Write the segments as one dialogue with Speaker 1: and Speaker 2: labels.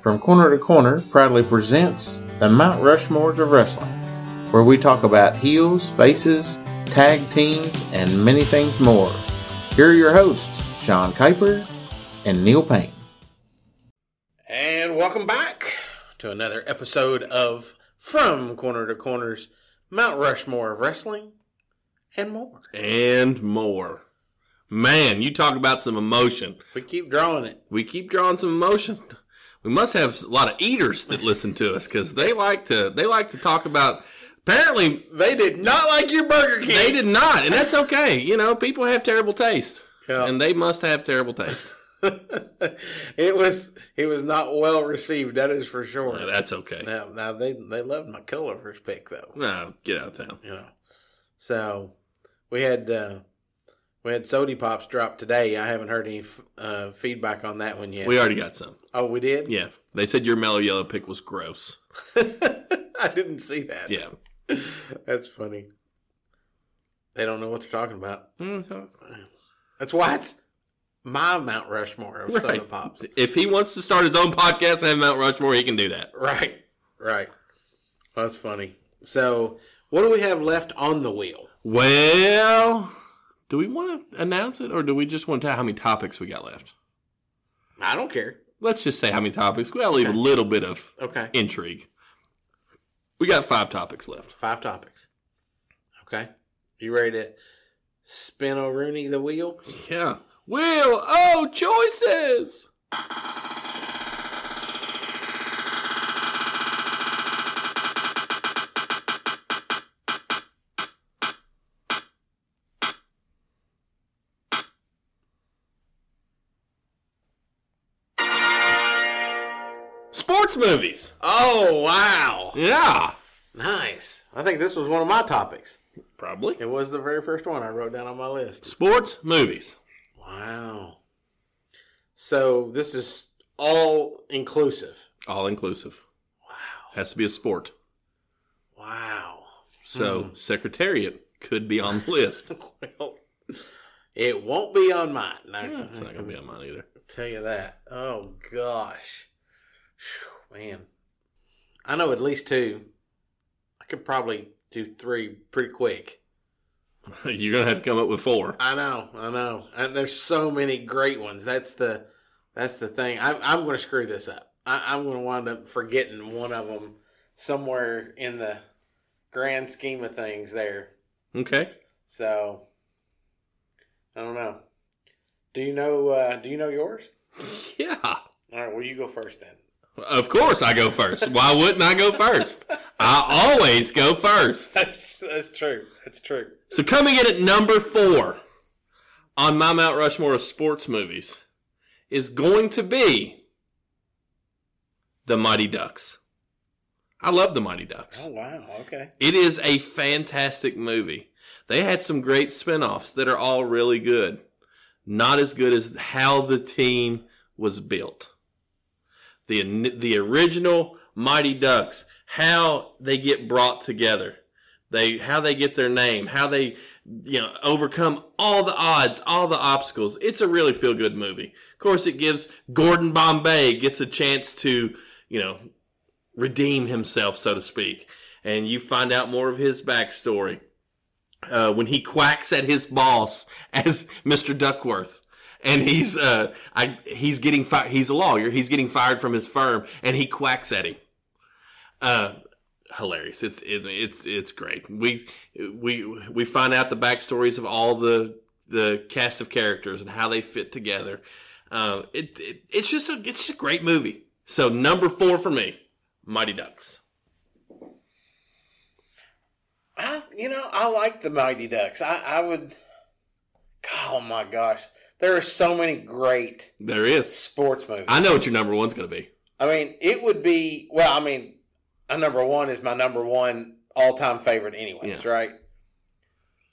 Speaker 1: from Corner to Corner proudly presents the Mount Rushmores of Wrestling, where we talk about heels, faces, tag teams, and many things more. Here are your hosts, Sean Kuiper and Neil Payne. And welcome back to another episode of From Corner to Corner's Mount Rushmore of Wrestling and more.
Speaker 2: and more. Man, you talk about some emotion.
Speaker 1: We keep drawing it.
Speaker 2: We keep drawing some emotion. We must have a lot of eaters that listen to us because they like to they like to talk about. Apparently,
Speaker 1: They did not like your Burger King.
Speaker 2: they did not, and that's okay. You know, people have terrible taste,
Speaker 1: Yeah.
Speaker 2: and they must have terrible taste.
Speaker 1: it was it was not well received. That is for sure.
Speaker 2: Now, that's okay.
Speaker 1: now, now they they loved my Culliver's pick though.
Speaker 2: No, get out of town.
Speaker 1: You know, so we had uh, we had Sody Pops drop today. I haven't heard any f- uh, feedback on that one yet.
Speaker 2: We already got some.
Speaker 1: oh, we did.
Speaker 2: Yeah, they said your mellow yellow pick was gross.
Speaker 1: I didn't see that.
Speaker 2: Yeah,
Speaker 1: that's funny. They don't know what they're talking about. Mm-hmm.
Speaker 2: Mhm.
Speaker 1: That's why it's my Mount Rushmore of Soda
Speaker 2: Right.
Speaker 1: Pops.
Speaker 2: if he wants to start his own podcast and have Mount Rushmore, he can do that.
Speaker 1: Right, right. That's funny. So, what do we have left on the wheel?
Speaker 2: Well, do we want to announce it or do we just want to tell how many topics we got left?
Speaker 1: I don't care.
Speaker 2: Let's just say how many topics. We'll leave a little bit of
Speaker 1: Okay.
Speaker 2: intrigue. We got five topics left.
Speaker 1: Five topics. Okay. You ready to spin O'Rooney the wheel?
Speaker 2: Yeah. Will, oh, choices. Sports movies.
Speaker 1: Oh, wow.
Speaker 2: Yeah.
Speaker 1: Nice. I think this was one of my topics.
Speaker 2: Probably.
Speaker 1: It was the very first one I wrote down on my list.
Speaker 2: Sports movies.
Speaker 1: Wow. So, this is all inclusive.
Speaker 2: All inclusive.
Speaker 1: Wow.
Speaker 2: Has to be a sport.
Speaker 1: Wow.
Speaker 2: So Secretariat could be on the list.
Speaker 1: Well, it won't be on mine. I-
Speaker 2: Yeah, it's
Speaker 1: I
Speaker 2: not gonna
Speaker 1: can
Speaker 2: be on mine either.
Speaker 1: tell you that. Oh gosh, Phew, man, I know at least two. I could probably do three pretty quick.
Speaker 2: You're gonna have to come up with four.
Speaker 1: I know, I know. And there's so many great ones. That's the that's the thing. I'm I'm going to screw this up. I, I'm going to wind up forgetting one of them somewhere in the grand scheme of things. There,
Speaker 2: Okay.
Speaker 1: So I don't know. Do you know? Uh, do you know yours?
Speaker 2: Yeah.
Speaker 1: All right. Well, you go first then.
Speaker 2: Of course I go first. Why wouldn't I go first? I always go first.
Speaker 1: That's that's true. That's true.
Speaker 2: So coming in at number four on my Mount Rushmore of sports movies is going to be The Mighty Ducks. I love The Mighty Ducks.
Speaker 1: Oh wow. Okay.
Speaker 2: It is a fantastic movie. They had some great spinoffs that are all really good. Not as good as how the team was built. The the original Mighty Ducks, how they get brought together. They how they get their name, how they you know overcome all the odds, all the obstacles. It's a really feel good movie. Of course it gives Gordon Bombay gets a chance to, you know, redeem himself, so to speak. And you find out more of his backstory uh, when he quacks at his boss as Mr. Duckworth. And he's uh, I, he's getting fi- he's a lawyer. He's getting fired from his firm, and he quacks at him. Uh, hilarious! It's it's it's it's great. We we we find out the backstories of all the the cast of characters and how they fit together. Uh, it, it it's just a it's a great movie. So number four for me. Mighty Ducks.
Speaker 1: I you know I like the Mighty Ducks. I I would. Oh my gosh, there are so many great
Speaker 2: There is.
Speaker 1: sports movies.
Speaker 2: I know what your number one's going to be.
Speaker 1: I mean, it would be well. I mean, my number one is my number one all time favorite, anyways.
Speaker 2: Yeah.
Speaker 1: Right.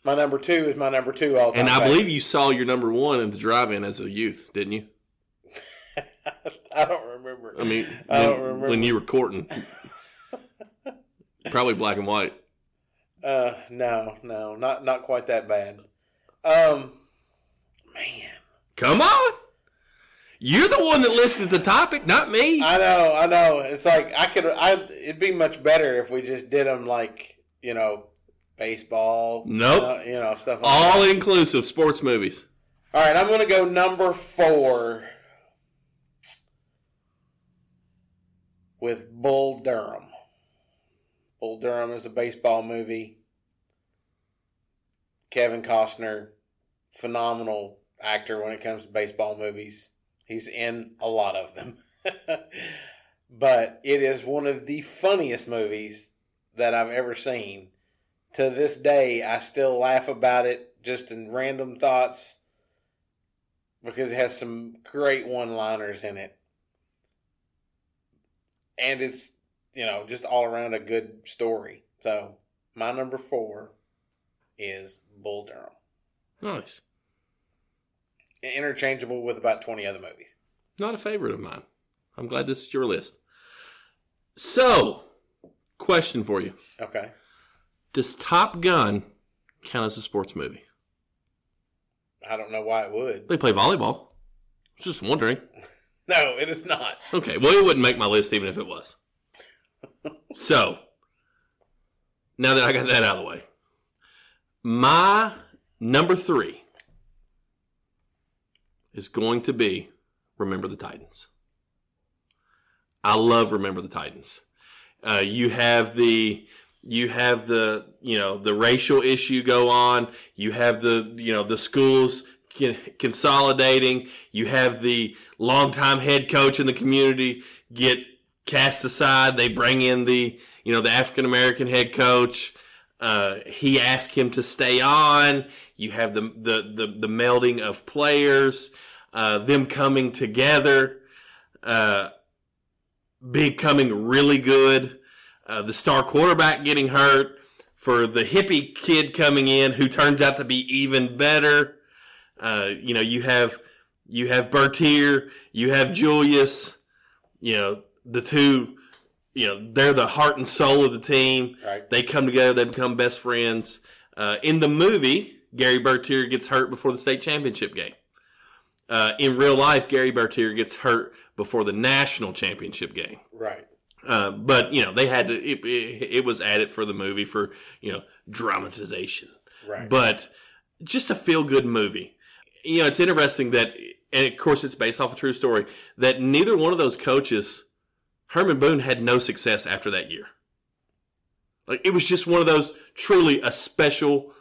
Speaker 1: My number two is my number two all time.
Speaker 2: And I believe you saw your number one in the drive-in as a youth, didn't you?
Speaker 1: I don't remember.
Speaker 2: I mean, when,
Speaker 1: I don't remember.
Speaker 2: when you were courting, probably black and white.
Speaker 1: Uh, no, no, not not quite that bad. Um, man,
Speaker 2: Come on, You're the one that listed the topic, not me.
Speaker 1: I know, I know. It's like I could. I it'd be much better if we just did them like you know, baseball.
Speaker 2: Nope.
Speaker 1: uh, You know, stuff. Like
Speaker 2: All
Speaker 1: that.
Speaker 2: inclusive sports movies.
Speaker 1: All right, I'm gonna go number four with Bull Durham. Bull Durham is a baseball movie. Kevin Costner, phenomenal actor when it comes to baseball movies. He's in a lot of them. but it is one of the funniest movies that I've ever seen. To this day, I still laugh about it just in random thoughts because it has some great one liners in it. And it's, you know, just all around a good story. So, my number four is Bull Durham.
Speaker 2: Nice.
Speaker 1: Interchangeable with about 20 other movies.
Speaker 2: Not a favorite of mine. I'm glad this is your list. So, question for you:
Speaker 1: Okay.
Speaker 2: Does Top Gun count as a sports movie?
Speaker 1: I don't know why it would.
Speaker 2: They play volleyball. I was just wondering.
Speaker 1: No, it is not.
Speaker 2: Okay, well, it wouldn't make my list even if it was. so, now that I got that out of the way, my number three is going to be Remember the Titans. I love Remember the Titans. Uh, you have the you have the you know the racial issue go on. You have the you know the schools con- consolidating. You have the longtime head coach in the community get cast aside. They bring in the you know the African American head coach. Uh, he asked him to stay on. You have the the the, the melding of players, uh, them coming together, uh, becoming really good. Uh, the star quarterback getting hurt. For the hippie kid coming in, who turns out to be even better. Uh, you know, you have you have Bertier, you have Julius, you know, the two, you know, they're the heart and soul of the team.
Speaker 1: Right.
Speaker 2: They come together, they become best friends. Uh, in the movie, Gary Bertier gets hurt before the state championship game. Uh, in real life, Gary Bertier gets hurt before the national championship game.
Speaker 1: Right.
Speaker 2: Uh, but you know they had to. It, it, it was added for the movie for you know dramatization
Speaker 1: Right.
Speaker 2: but just a feel good movie. You know, it's interesting that, and of course, it's based off a true story, that neither one of those coaches, Herman Boone, had no success after that year. Like, it was just one of those truly a special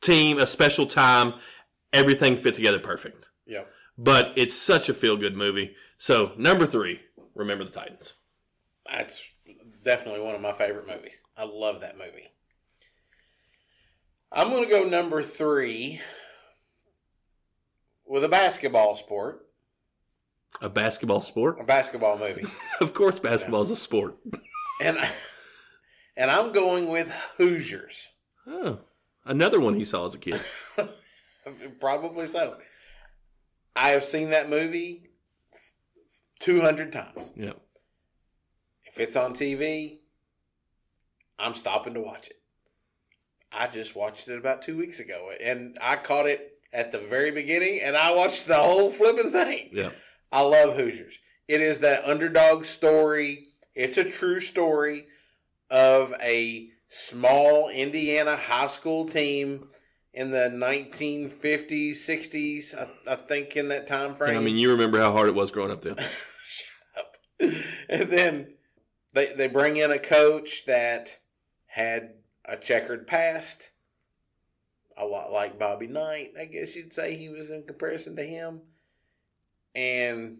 Speaker 2: team, a special time, everything fit together perfect.
Speaker 1: yep.
Speaker 2: But it's such a feel good movie. So, number three, Remember the Titans.
Speaker 1: That's definitely one of my favorite movies. I love that movie. I'm going to go number three with a basketball sport,
Speaker 2: A basketball
Speaker 1: a
Speaker 2: sport?
Speaker 1: basketball movie.
Speaker 2: Of course, basketball is a sport.
Speaker 1: and I, and I'm going with Hoosiers.
Speaker 2: Oh, another one he saw as a kid.
Speaker 1: Probably so. I have seen that movie 200 times.
Speaker 2: Yeah.
Speaker 1: If it's on TV, I'm stopping to watch it. I just watched it about 2 weeks ago and I caught it at the very beginning and I watched the whole flipping thing.
Speaker 2: Yeah.
Speaker 1: I love Hoosiers. It is that underdog story. It's a true story of a small Indiana high school team in the 1950s, 60s, I, I think in that time frame.
Speaker 2: And, I mean, you remember how hard it was growing up then.
Speaker 1: and then they they bring in a coach that had a checkered past, a lot like Bobby Knight. I guess you'd say he was in comparison to him. And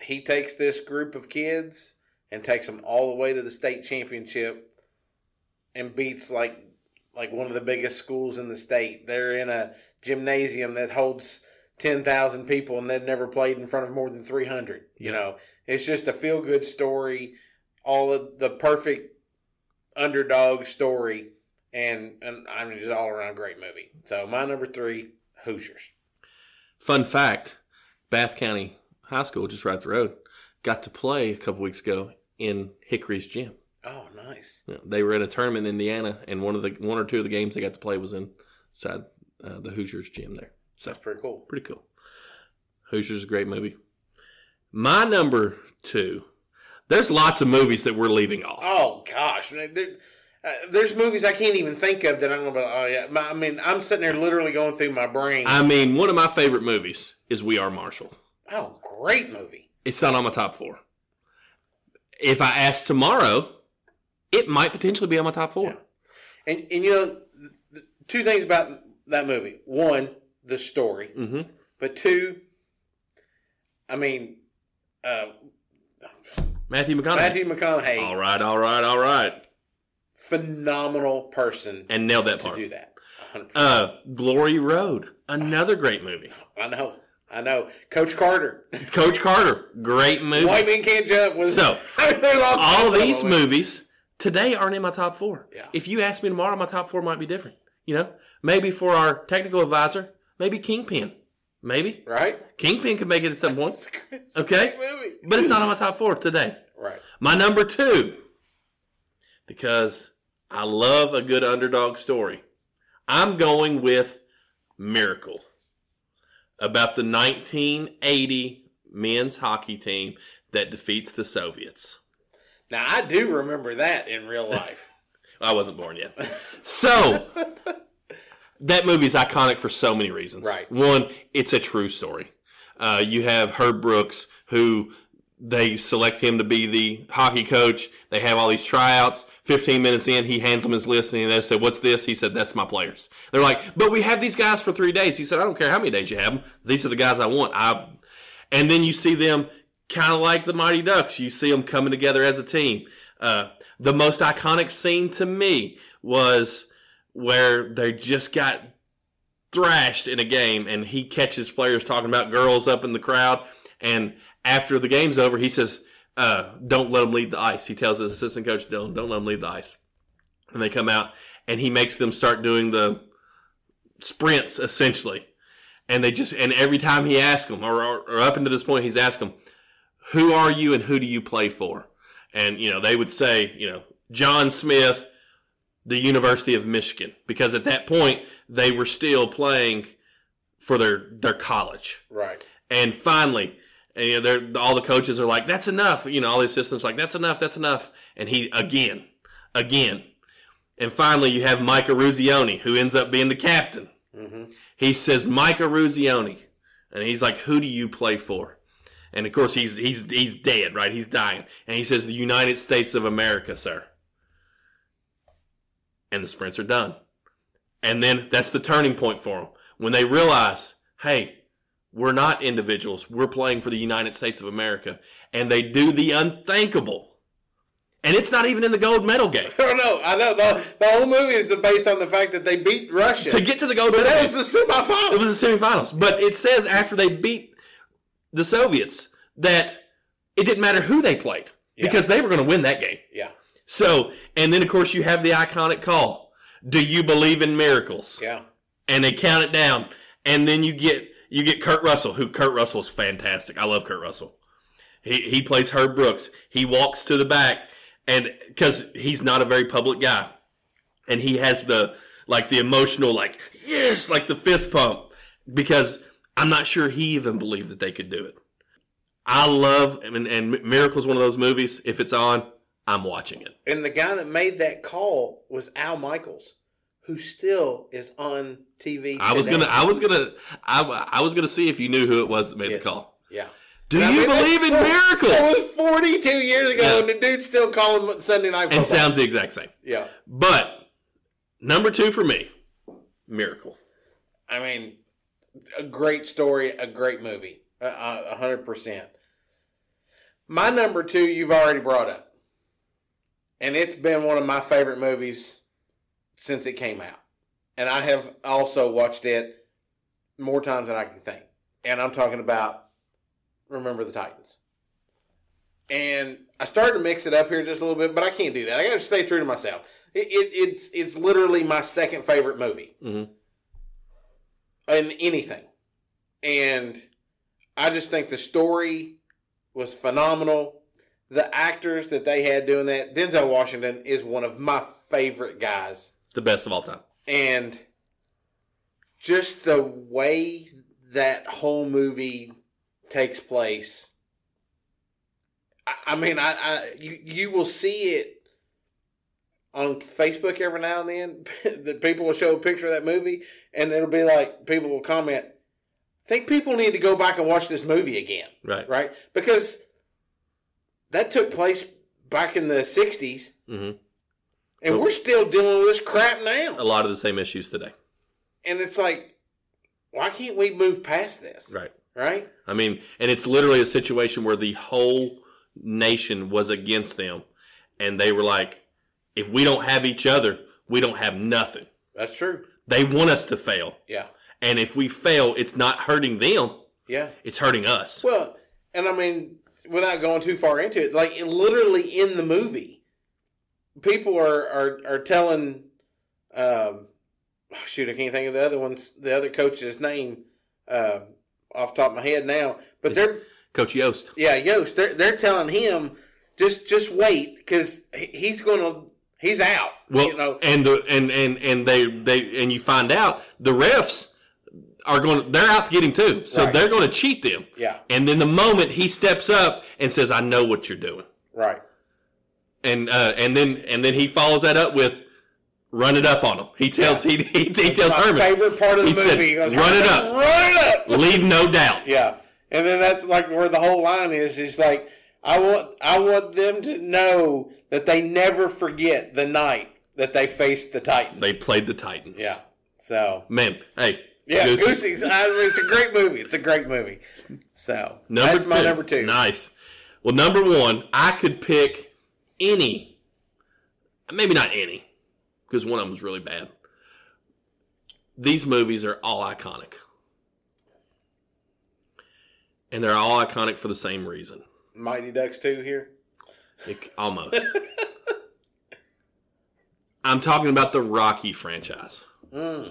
Speaker 1: he takes this group of kids and takes them all the way to the state championship and beats like like one of the biggest schools in the state. They're in a gymnasium that holds 10,000 people and they've never played in front of more than 300, you know. It's just a feel good story, all of the perfect underdog story, and, and I mean, just all around great movie. So, my number three, Hoosiers.
Speaker 2: Fun fact Bath County High School, just right up the road, got to play a couple weeks ago in Hickory's gym.
Speaker 1: Oh, nice.
Speaker 2: You know, They were in a tournament in Indiana, and one of the one or two of the games they got to play was inside uh, the Hoosiers gym there. So
Speaker 1: That's pretty cool.
Speaker 2: pretty cool. Hoosier's a great movie. My number two. There's lots of movies that we're leaving off.
Speaker 1: Oh gosh, man, there, uh, there's movies I can't even think of that I'm gonna. be like, Oh yeah, my, I mean, I'm sitting there literally going through my brain.
Speaker 2: I mean, one of my favorite movies is We Are Marshall.
Speaker 1: oh, great movie.
Speaker 2: It's not on my top four. If I asked tomorrow, it might potentially be on my top four.
Speaker 1: And and you know, th- th- two things about that movie. One, the story,
Speaker 2: hmm
Speaker 1: but two, I mean, uh,
Speaker 2: Matthew McConaughey.
Speaker 1: Matthew McConaughey,
Speaker 2: All right, all right, all right.
Speaker 1: phenomenal person
Speaker 2: And nailed that
Speaker 1: to
Speaker 2: part.
Speaker 1: do that. 100%.
Speaker 2: Uh, Glory Road, another great movie.
Speaker 1: I know, I know. Coach Carter,
Speaker 2: Coach Carter, great movie.
Speaker 1: White Men Can't Jump was
Speaker 2: So,
Speaker 1: I mean, there's all
Speaker 2: all
Speaker 1: kinds of
Speaker 2: these
Speaker 1: them.
Speaker 2: movies today aren't in my top four.
Speaker 1: Yeah.
Speaker 2: If you ask me tomorrow, my top four might be different. You know, maybe for our technical advisor, maybe Kingpin. Maybe
Speaker 1: right?
Speaker 2: Kingpin could make it at some point,
Speaker 1: It's a great
Speaker 2: Okay.
Speaker 1: movie.
Speaker 2: but it's not on my top four today.
Speaker 1: Right.
Speaker 2: My number two, because I love a good underdog story. I'm going with Miracle about the 1980 men's hockey team that defeats the Soviets.
Speaker 1: Now I do remember that in real life.
Speaker 2: I wasn't born yet. So that movie's iconic for so many reasons.
Speaker 1: Right.
Speaker 2: One, it's a true story. Uh, you have Herb Brooks, who they select him to be the hockey coach. They have all these tryouts. Fifteen minutes in, he hands them his list, and they said, "What's this?" He said, "That's my players." They're like, "But we have these guys for three days." He said, "I don't care how many days you have them. These are the guys I want." I and then you see them kind of like the Mighty Ducks. You see them coming together as a team. Uh, the most iconic scene to me was where they just got thrashed in a game, and he catches players talking about girls up in the crowd. And after the game's over, he says, uh, "Don't let them leave the ice." He tells his assistant coach, "Don't don't let them leave the ice." And they come out, and he makes them start doing the sprints essentially and they just and every time he asks them or, or, or up until this point he's asked them who are you and who do you play for and you know they would say you know john smith the university of michigan because at that point they were still playing for their their college
Speaker 1: right.
Speaker 2: and finally, and, you know, they're, all the coaches are like, "That's enough." You know, all the assistants are like, "That's enough. That's enough." And he again, again, and finally, you have Mike Ruzioni, who ends up being the captain.
Speaker 1: Mhm.
Speaker 2: He says, "Mike Ruzioni," and he's like, "Who do you play for?" And of course, he's he's he's dead, right? He's dying, and he says, "The United States of America, sir." And the sprints are done, and then that's the turning point for them when they realize, "Hey." We're not individuals. We're playing for the United States of America. And they do the unthinkable. And it's not even in the gold medal game.
Speaker 1: I don't know. I know the, the whole movie is based on the fact that they beat Russia.
Speaker 2: To get to the gold medal
Speaker 1: that
Speaker 2: game,
Speaker 1: was the semifinal.
Speaker 2: it was the semifinals. But it says after they beat the Soviets that it didn't matter who they played
Speaker 1: Yeah.
Speaker 2: because they were going to win that game.
Speaker 1: yeah,
Speaker 2: So, and then of course you have the iconic call. Do you believe in miracles?
Speaker 1: yeah.
Speaker 2: and they count it down, and then you get you get Kurt Russell, who Kurt Russell is fantastic. I love Kurt Russell. He he plays Herb Brooks. He walks to the back, and because he's not a very public guy, and he has the like the emotional like yes like the fist pump because I'm not sure he even believed that they could do it. I love and, and Miracle's one of those movies. If it's on, I'm watching it.
Speaker 1: And the guy that made that call was Al Michaels, who still is on TV.
Speaker 2: I was
Speaker 1: today.
Speaker 2: gonna I was gonna I, I was gonna see if you knew who it was that made
Speaker 1: Yes.
Speaker 2: the call.
Speaker 1: Yeah.
Speaker 2: Do
Speaker 1: I
Speaker 2: you
Speaker 1: mean,
Speaker 2: believe in
Speaker 1: that's- That
Speaker 2: miracles?
Speaker 1: was 42 years ago,
Speaker 2: Yeah.
Speaker 1: and the dude's still calling Sunday night football.
Speaker 2: And sounds the exact same.
Speaker 1: yeah.
Speaker 2: But number two for me, miracle.
Speaker 1: I mean, a great story, a great movie, a- a a hundred percent. My number two, you've already brought up, and it's been one of my favorite movies since it came out, and I have also watched it more times than I can think. And I'm talking about Remember the Titans. And I started to mix it up here just a little bit, but I can't do that. I got to stay true to myself. It, it, it's it's literally my second favorite movie
Speaker 2: Mm-hmm.
Speaker 1: in anything. And I just think the story was phenomenal. The actors that they had doing that, Denzel Washington is one of my favorite guys.
Speaker 2: The best of all time.
Speaker 1: And just the way that whole movie takes place. I, I mean, I, I you you will see it on Facebook every now and then. that people will show a picture of that movie, and it'll be like people will comment. Think people need to go back and watch this movie again,
Speaker 2: Right.
Speaker 1: right? Because that took place back in the '60s,
Speaker 2: hmm
Speaker 1: and we're still dealing with this crap now.
Speaker 2: A lot of the same issues today.
Speaker 1: and it's like, why can't we move past this?
Speaker 2: Right.
Speaker 1: Right?
Speaker 2: I mean, and it's literally a situation where the whole nation was against them, and they were like, "If we don't have each other, we don't have nothing."
Speaker 1: That's true.
Speaker 2: They want us to fail,
Speaker 1: Yeah.
Speaker 2: and if we fail, it's not hurting them;
Speaker 1: Yeah.
Speaker 2: it's hurting us.
Speaker 1: Well, and I mean, without going too far into it, like it literally in the movie, people are are, are telling, um, oh, shoot, I can't think of the other ones, the other coach's name, uh, off the top of my head now, but they're
Speaker 2: Coach Yost,
Speaker 1: yeah, Yost, they're they're telling him just just wait because he's gonna he's out.
Speaker 2: well,
Speaker 1: you know,
Speaker 2: and the and and and they they and you find out the refs are going they're out to get him too, so
Speaker 1: Right.
Speaker 2: they're going to cheat them.
Speaker 1: yeah,
Speaker 2: And then the moment he steps up and says, "I know what you're doing."
Speaker 1: right.
Speaker 2: and uh, and then and then he follows that up with run it up on him. He tells he he, he tells
Speaker 1: my
Speaker 2: Herman
Speaker 1: favorite part of the
Speaker 2: He
Speaker 1: movie.
Speaker 2: said,
Speaker 1: He goes,
Speaker 2: "Run it up."
Speaker 1: Run it up.
Speaker 2: leave no doubt.
Speaker 1: Yeah, and then that's like where the whole line is. It's like I want I want them to know that they never forget the night that they faced the Titans.
Speaker 2: They played the Titans.
Speaker 1: yeah. So
Speaker 2: man. Hey,
Speaker 1: yeah,
Speaker 2: Goosey.
Speaker 1: Goosey's. I mean, it's a great movie. It's a great movie. So
Speaker 2: Number
Speaker 1: that's my number two.
Speaker 2: Nice. Well, number one, I could pick any, maybe not any, because one of them was really bad. These movies are all iconic, and they're all iconic for the same reason.
Speaker 1: Mighty Ducks two here.
Speaker 2: Like, almost. I'm talking about the Rocky franchise.
Speaker 1: Mm.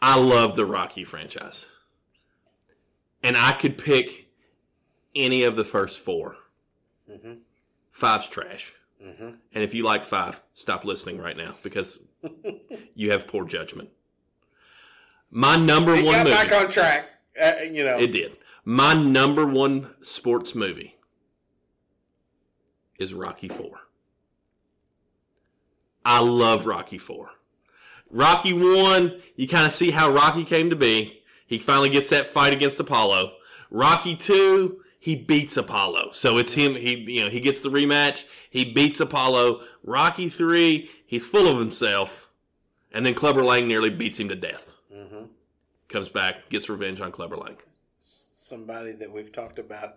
Speaker 2: I love the Rocky franchise. And I could pick any of the first 4
Speaker 1: Mhm.
Speaker 2: Five's trash.
Speaker 1: hmm
Speaker 2: And if you like five, stop listening right now because you have poor judgment. My number
Speaker 1: They
Speaker 2: one
Speaker 1: got
Speaker 2: movie.
Speaker 1: back on track. Uh, you know.
Speaker 2: It did. My number one sports movie is Rocky Four. I love Rocky Four. Rocky One, you kind of see how Rocky came to be. He finally gets that fight against Apollo. Rocky Two, he beats Apollo, so it's him. He you know he gets the rematch. He beats Apollo. Rocky Three, he's full of himself, and then Clubber Lang nearly beats him to death.
Speaker 1: Mhm.
Speaker 2: Comes back, gets revenge on Clubber Lang.
Speaker 1: somebody that we've talked about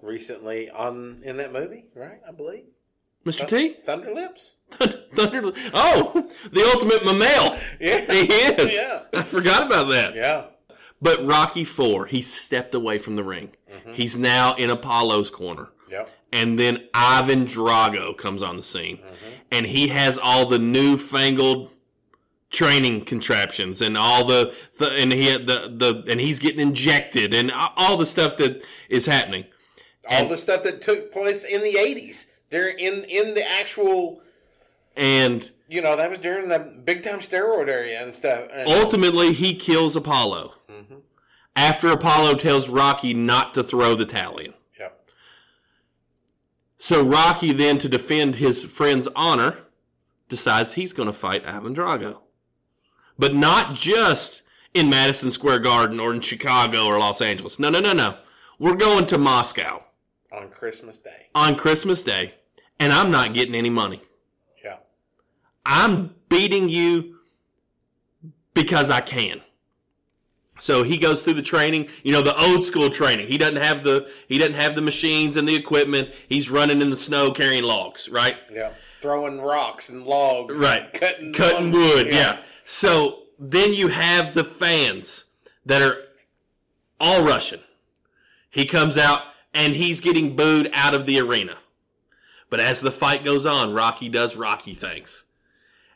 Speaker 1: recently on in that movie, right? I believe.
Speaker 2: Mr. T?
Speaker 1: Thunderlips.
Speaker 2: Thunder. Oh, the ultimate mammal.
Speaker 1: Yeah.
Speaker 2: He is.
Speaker 1: Yeah.
Speaker 2: I forgot about that.
Speaker 1: Yeah.
Speaker 2: But Rocky Four, he stepped away from the ring.
Speaker 1: Mm-hmm.
Speaker 2: He's now in Apollo's corner.
Speaker 1: Yep.
Speaker 2: And then Ivan Drago comes on the scene.
Speaker 1: Mm-hmm.
Speaker 2: And he has all the newfangled training contraptions and all the, the and he had the, the and he's getting injected and all the stuff that is happening.
Speaker 1: All
Speaker 2: And-
Speaker 1: the stuff that took place in the eighties. During in in the actual
Speaker 2: And
Speaker 1: you know, that was during the big time steroid area and stuff. And-
Speaker 2: Oh. ultimately he kills Apollo.
Speaker 1: Mhm.
Speaker 2: after Apollo tells Rocky not to throw the tally.
Speaker 1: Yep.
Speaker 2: So Rocky then, to defend his friend's honor, decides he's going to fight Ivan Drago. But not just in Madison Square Garden or in Chicago or Los Angeles. No, no, no, no. We're going to Moscow
Speaker 1: On Christmas Day.
Speaker 2: on Christmas Day, and I'm not getting any money.
Speaker 1: Yeah.
Speaker 2: I'm beating you because I can. So he goes through the training, you know, the old school training. He doesn't have the he doesn't have the machines and the equipment. He's running in the snow carrying logs, right?
Speaker 1: Yeah. Throwing rocks and logs.
Speaker 2: Right.
Speaker 1: Cutting
Speaker 2: Cutting
Speaker 1: lumber.
Speaker 2: wood, yeah. So then you have the fans that are all Russian. He comes out and he's getting booed out of the arena. But as the fight goes on, Rocky does Rocky things.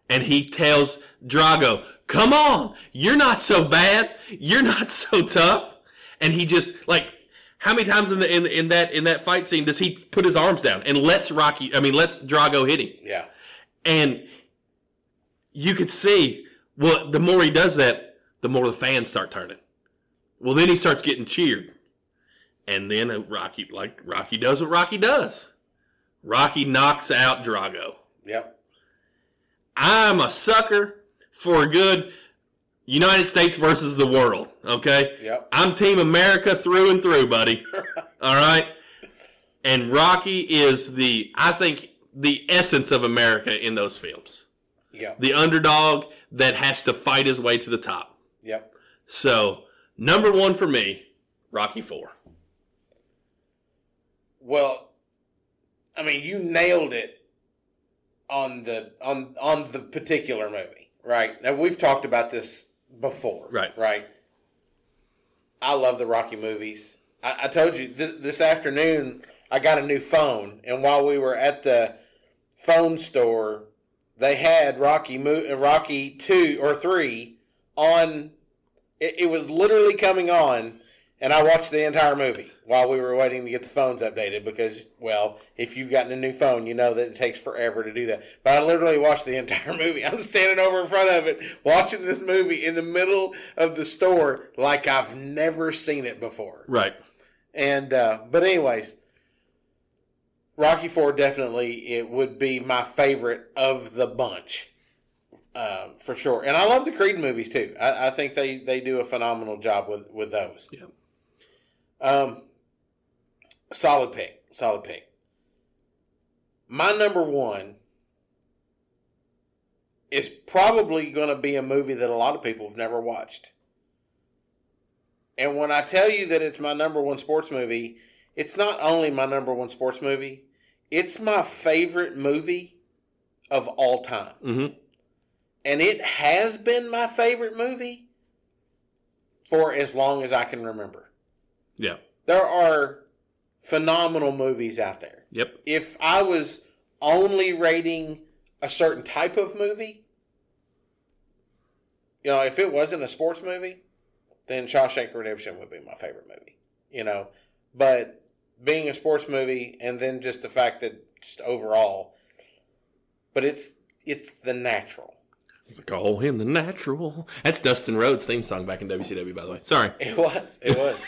Speaker 2: And he tells Drago, Come on, you're not so bad. You're not so tough. And he just like how many times in the in, in that in that fight scene does he put his arms down and lets Rocky I mean lets Drago hit him?
Speaker 1: Yeah.
Speaker 2: And you could see, well, the more he does that, the more the fans start turning. Well, then he starts getting cheered, and then uh, Rocky like Rocky does what Rocky does. Rocky knocks out Drago.
Speaker 1: Yep.
Speaker 2: I'm a sucker for a good United States versus the world. Okay,
Speaker 1: Yep.
Speaker 2: I'm Team America through and through, buddy. All right. And Rocky is the I think the essence of America in those films.
Speaker 1: Yep.
Speaker 2: The underdog that has to fight his way to the top.
Speaker 1: Yep.
Speaker 2: So, number 1 for me, Rocky 4.
Speaker 1: Well, I mean, you nailed it on the on on the particular movie, right? Now we've talked about this before,
Speaker 2: Right.
Speaker 1: Right. I love the Rocky movies. I, I told you th- this afternoon I got a new phone, and while we were at the phone store, they had Rocky mo- uh, Rocky two or three on. It, it was literally coming on, and I watched the entire movie while we were waiting to get the phones updated because, well, if you've gotten a new phone, you know that it takes forever to do that. But I literally watched the entire movie. I'm standing over in front of it, watching this movie in the middle of the store like I've never seen it before.
Speaker 2: Right.
Speaker 1: And uh, but anyways, Rocky Four definitely it would be my favorite of the bunch, uh, for sure. And I love the Creed movies too. I, I think they they do a phenomenal job with with those.
Speaker 2: Yep.
Speaker 1: Um, solid pick. Solid pick. My number one is probably going to be a movie that a lot of people have never watched. And when I tell you that it's my number one sports movie, it's not only my number one sports movie, it's my favorite movie of all time.
Speaker 2: Mhm.
Speaker 1: And it has been my favorite movie for as long as I can remember.
Speaker 2: Yeah.
Speaker 1: There are phenomenal movies out there.
Speaker 2: Yep.
Speaker 1: If I was only rating a certain type of movie, you know, if it wasn't a sports movie, then Shawshank Redemption would be my favorite movie, you know. But being a sports movie and then just the fact that just overall, but it's it's the natural.
Speaker 2: Call him the natural. That's Dustin Rhodes' theme song back in WCW, by the way. Sorry.
Speaker 1: It was. It was.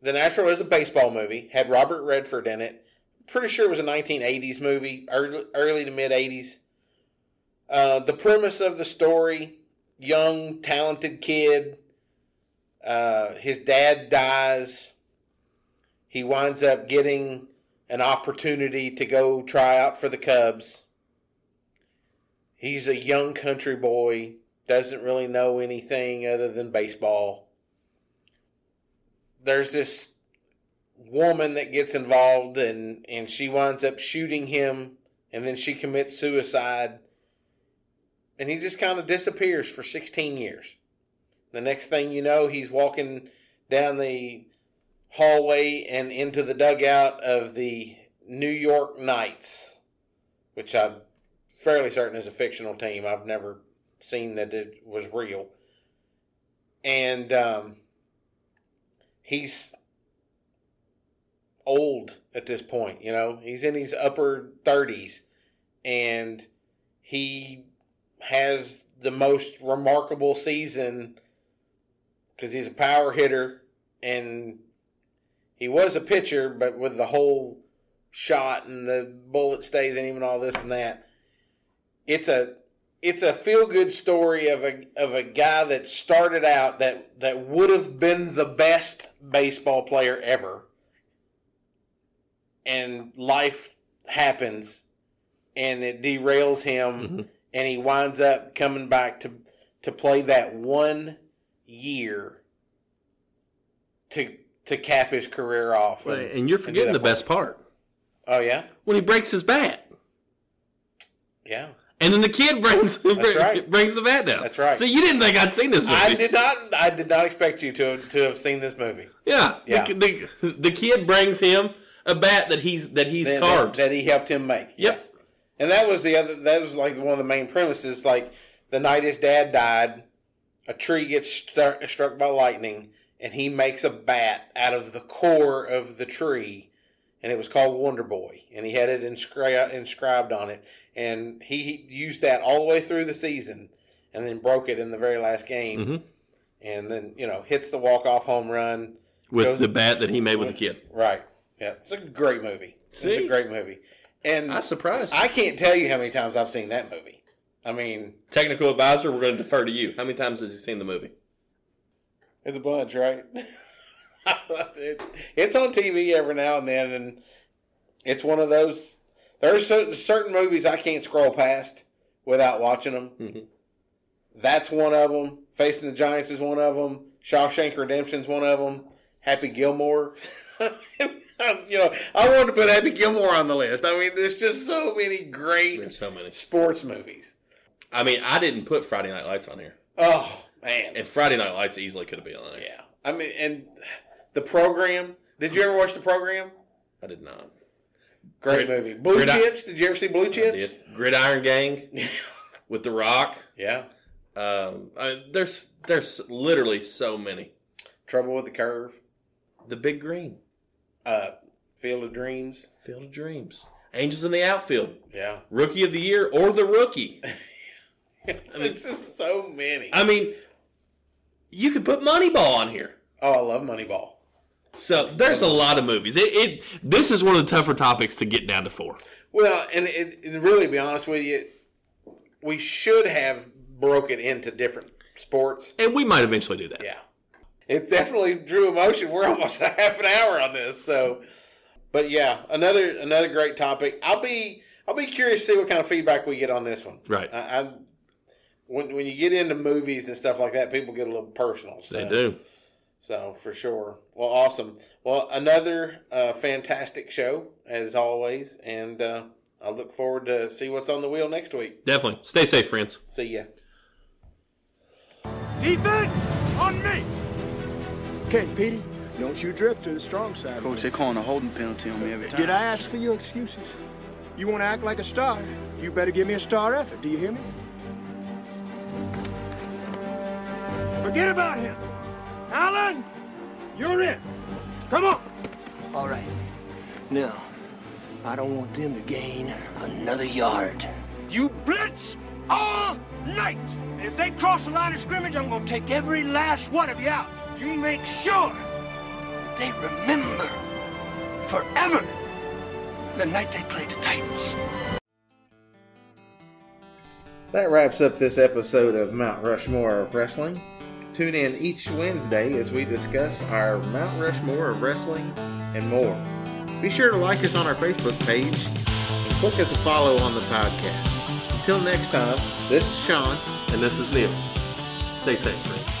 Speaker 1: the Natural is a baseball movie. Had Robert Redford in it. Pretty sure it was a 1980s movie, early, early to mid 80s. Uh, the premise of the story: young, talented kid. Uh, his dad dies. He winds up getting an opportunity to go try out for the Cubs. He's a young country boy, doesn't really know anything other than baseball there's this woman that gets involved and and she winds up shooting him and then she commits suicide and he just kind of disappears for 16 years the next thing you know he's walking down the hallway and into the dugout of the new york knights which i'm fairly certain is a fictional team i've never seen that it was real and um, he's old at this point, you know. He's in his upper 30s and he has the most remarkable season cuz he's a power hitter and he was a pitcher but with the whole shot and the bullet stays in him and all this and that. It's a it's a feel good story of a of a guy that started out that that would have been the best baseball player ever, and life happens, and it derails him,
Speaker 2: Mhm.
Speaker 1: and he winds up coming back to to play that one year to to cap his career off. and-
Speaker 2: And you're forgetting the best part.
Speaker 1: oh yeah,
Speaker 2: When he breaks his bat.
Speaker 1: yeah.
Speaker 2: And then the kid brings
Speaker 1: right.
Speaker 2: brings the bat down.
Speaker 1: That's right.
Speaker 2: So you didn't think I'd seen this movie.
Speaker 1: I did not I did not expect you to to have seen this movie.
Speaker 2: Yeah.
Speaker 1: Yeah.
Speaker 2: The, the, the kid brings him a bat that he's that he's
Speaker 1: that,
Speaker 2: carved.
Speaker 1: that, that he helped him make.
Speaker 2: Yep.
Speaker 1: Yeah. And that was the other. That was like one of the main premises. Like the night his dad died, a tree gets stru- struck by lightning, and he makes a bat out of the core of the tree, and it was called Wonder Boy, and he had it inscri- inscribed on it, and he, he used that all the way through the season, and then broke it in the very last game,
Speaker 2: Mhm.
Speaker 1: and then you know hits the walk off home run.
Speaker 2: with
Speaker 1: Goes-
Speaker 2: the bat that he made with the kid.
Speaker 1: Right. Yeah, it's a great movie. It's
Speaker 2: See?
Speaker 1: a great movie, and
Speaker 2: I surprised.
Speaker 1: I can't tell you how many times I've seen that movie. I mean,
Speaker 2: Technical advisor, we're going to defer to you. How many times has he seen the movie?
Speaker 1: It's a bunch, right? It- it's on TV every now and then, and it's one of those. There's certain movies I can't scroll past without watching them.
Speaker 2: Mhm.
Speaker 1: That's one of them. Facing the Giants is one of them. Shawshank Redemption's one of them. Happy Gilmore. you know, I wanted to put Happy Gilmore on the list. I mean, there's just so many
Speaker 2: There's
Speaker 1: great
Speaker 2: so many.
Speaker 1: sports movies.
Speaker 2: I mean, I didn't put Friday Night Lights on here,
Speaker 1: Oh man,
Speaker 2: and Friday Night Lights easily could have been on there.
Speaker 1: Yeah. I mean, and the program. Did you ever watch the program?
Speaker 2: I did not.
Speaker 1: Great
Speaker 2: Grid-
Speaker 1: movie. Blue
Speaker 2: Gridiron-
Speaker 1: Chips. Did you ever see Blue
Speaker 2: I
Speaker 1: Chips?
Speaker 2: did. Gridiron Gang with The Rock.
Speaker 1: yeah.
Speaker 2: Um, I, there's there's literally so many.
Speaker 1: Trouble with the Curve.
Speaker 2: The Big Green,
Speaker 1: Uh, Field of Dreams.
Speaker 2: Field of Dreams, Angels in the Outfield,
Speaker 1: Yeah.
Speaker 2: Rookie of the Year or the Rookie.
Speaker 1: it's just so many.
Speaker 2: I mean, you could put Moneyball on here.
Speaker 1: oh, I love Moneyball.
Speaker 2: So there's a lot of movies. It, it this is one of the tougher topics to get down to four.
Speaker 1: Well, and it, and really, to be honest with you, we should have broke it into different sports.
Speaker 2: And we might eventually do that.
Speaker 1: Yeah. It definitely drew emotion. We're almost a half an hour on this, so but yeah, another another great topic. I'll be I'll be curious to see what kind of feedback we get on this one.
Speaker 2: Right.
Speaker 1: I, I when when you get into movies and stuff like that, people get a little personal. So,
Speaker 2: They do.
Speaker 1: So for sure. Well, awesome. Well, another uh, fantastic show as always, and uh, I look forward to see what's on the wheel next week.
Speaker 2: Definitely. Stay safe, friends.
Speaker 1: See ya.
Speaker 3: Defense on me!
Speaker 4: Okay, Petey, don't you drift to the strong side. of
Speaker 5: Coach,
Speaker 4: me.
Speaker 5: they're calling a holding penalty on me every time.
Speaker 4: Did I ask for your excuses? You want to act like a star? You better give me a star effort. Do you hear me?
Speaker 3: Forget about him! Alan, you're in! Come on!
Speaker 4: All right. Now, I don't want them to gain another yard.
Speaker 3: You blitz all night! And if they cross the line of scrimmage, I'm gonna take every last one of you out. You make sure that they remember forever the night they played the Titans.
Speaker 6: That wraps up this episode of Mount Rushmore of Wrestling. Tune in each Wednesday as we discuss our Mount Rushmore of Wrestling and more. Be sure to like us on our Facebook page and click us a follow on the podcast. Until next time, this is Sean.
Speaker 2: And this is Neil. Stay safe, friends.